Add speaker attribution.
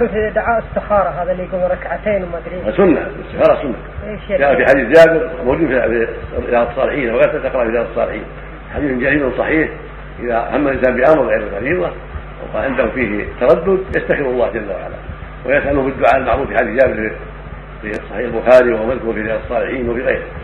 Speaker 1: كنت دعاء استخارة هذا اللي يقول ركعتين وما أدري إيش.
Speaker 2: سنة الاستخارة سنة
Speaker 1: ايش
Speaker 2: جاء في
Speaker 1: يعني؟
Speaker 2: حديث جابر موجود في في رياض الصالحين ولا تقرأ في رياض الصالحين حديث جليل صحيح إذا هم الإنسان بأمر غير فريضة وقال عنده فيه تردد يستخير الله جل وعلا ويسأله بالدعاء المعروف في حديث جابر في صحيح البخاري ومذكور في رياض الصالحين وفي غيره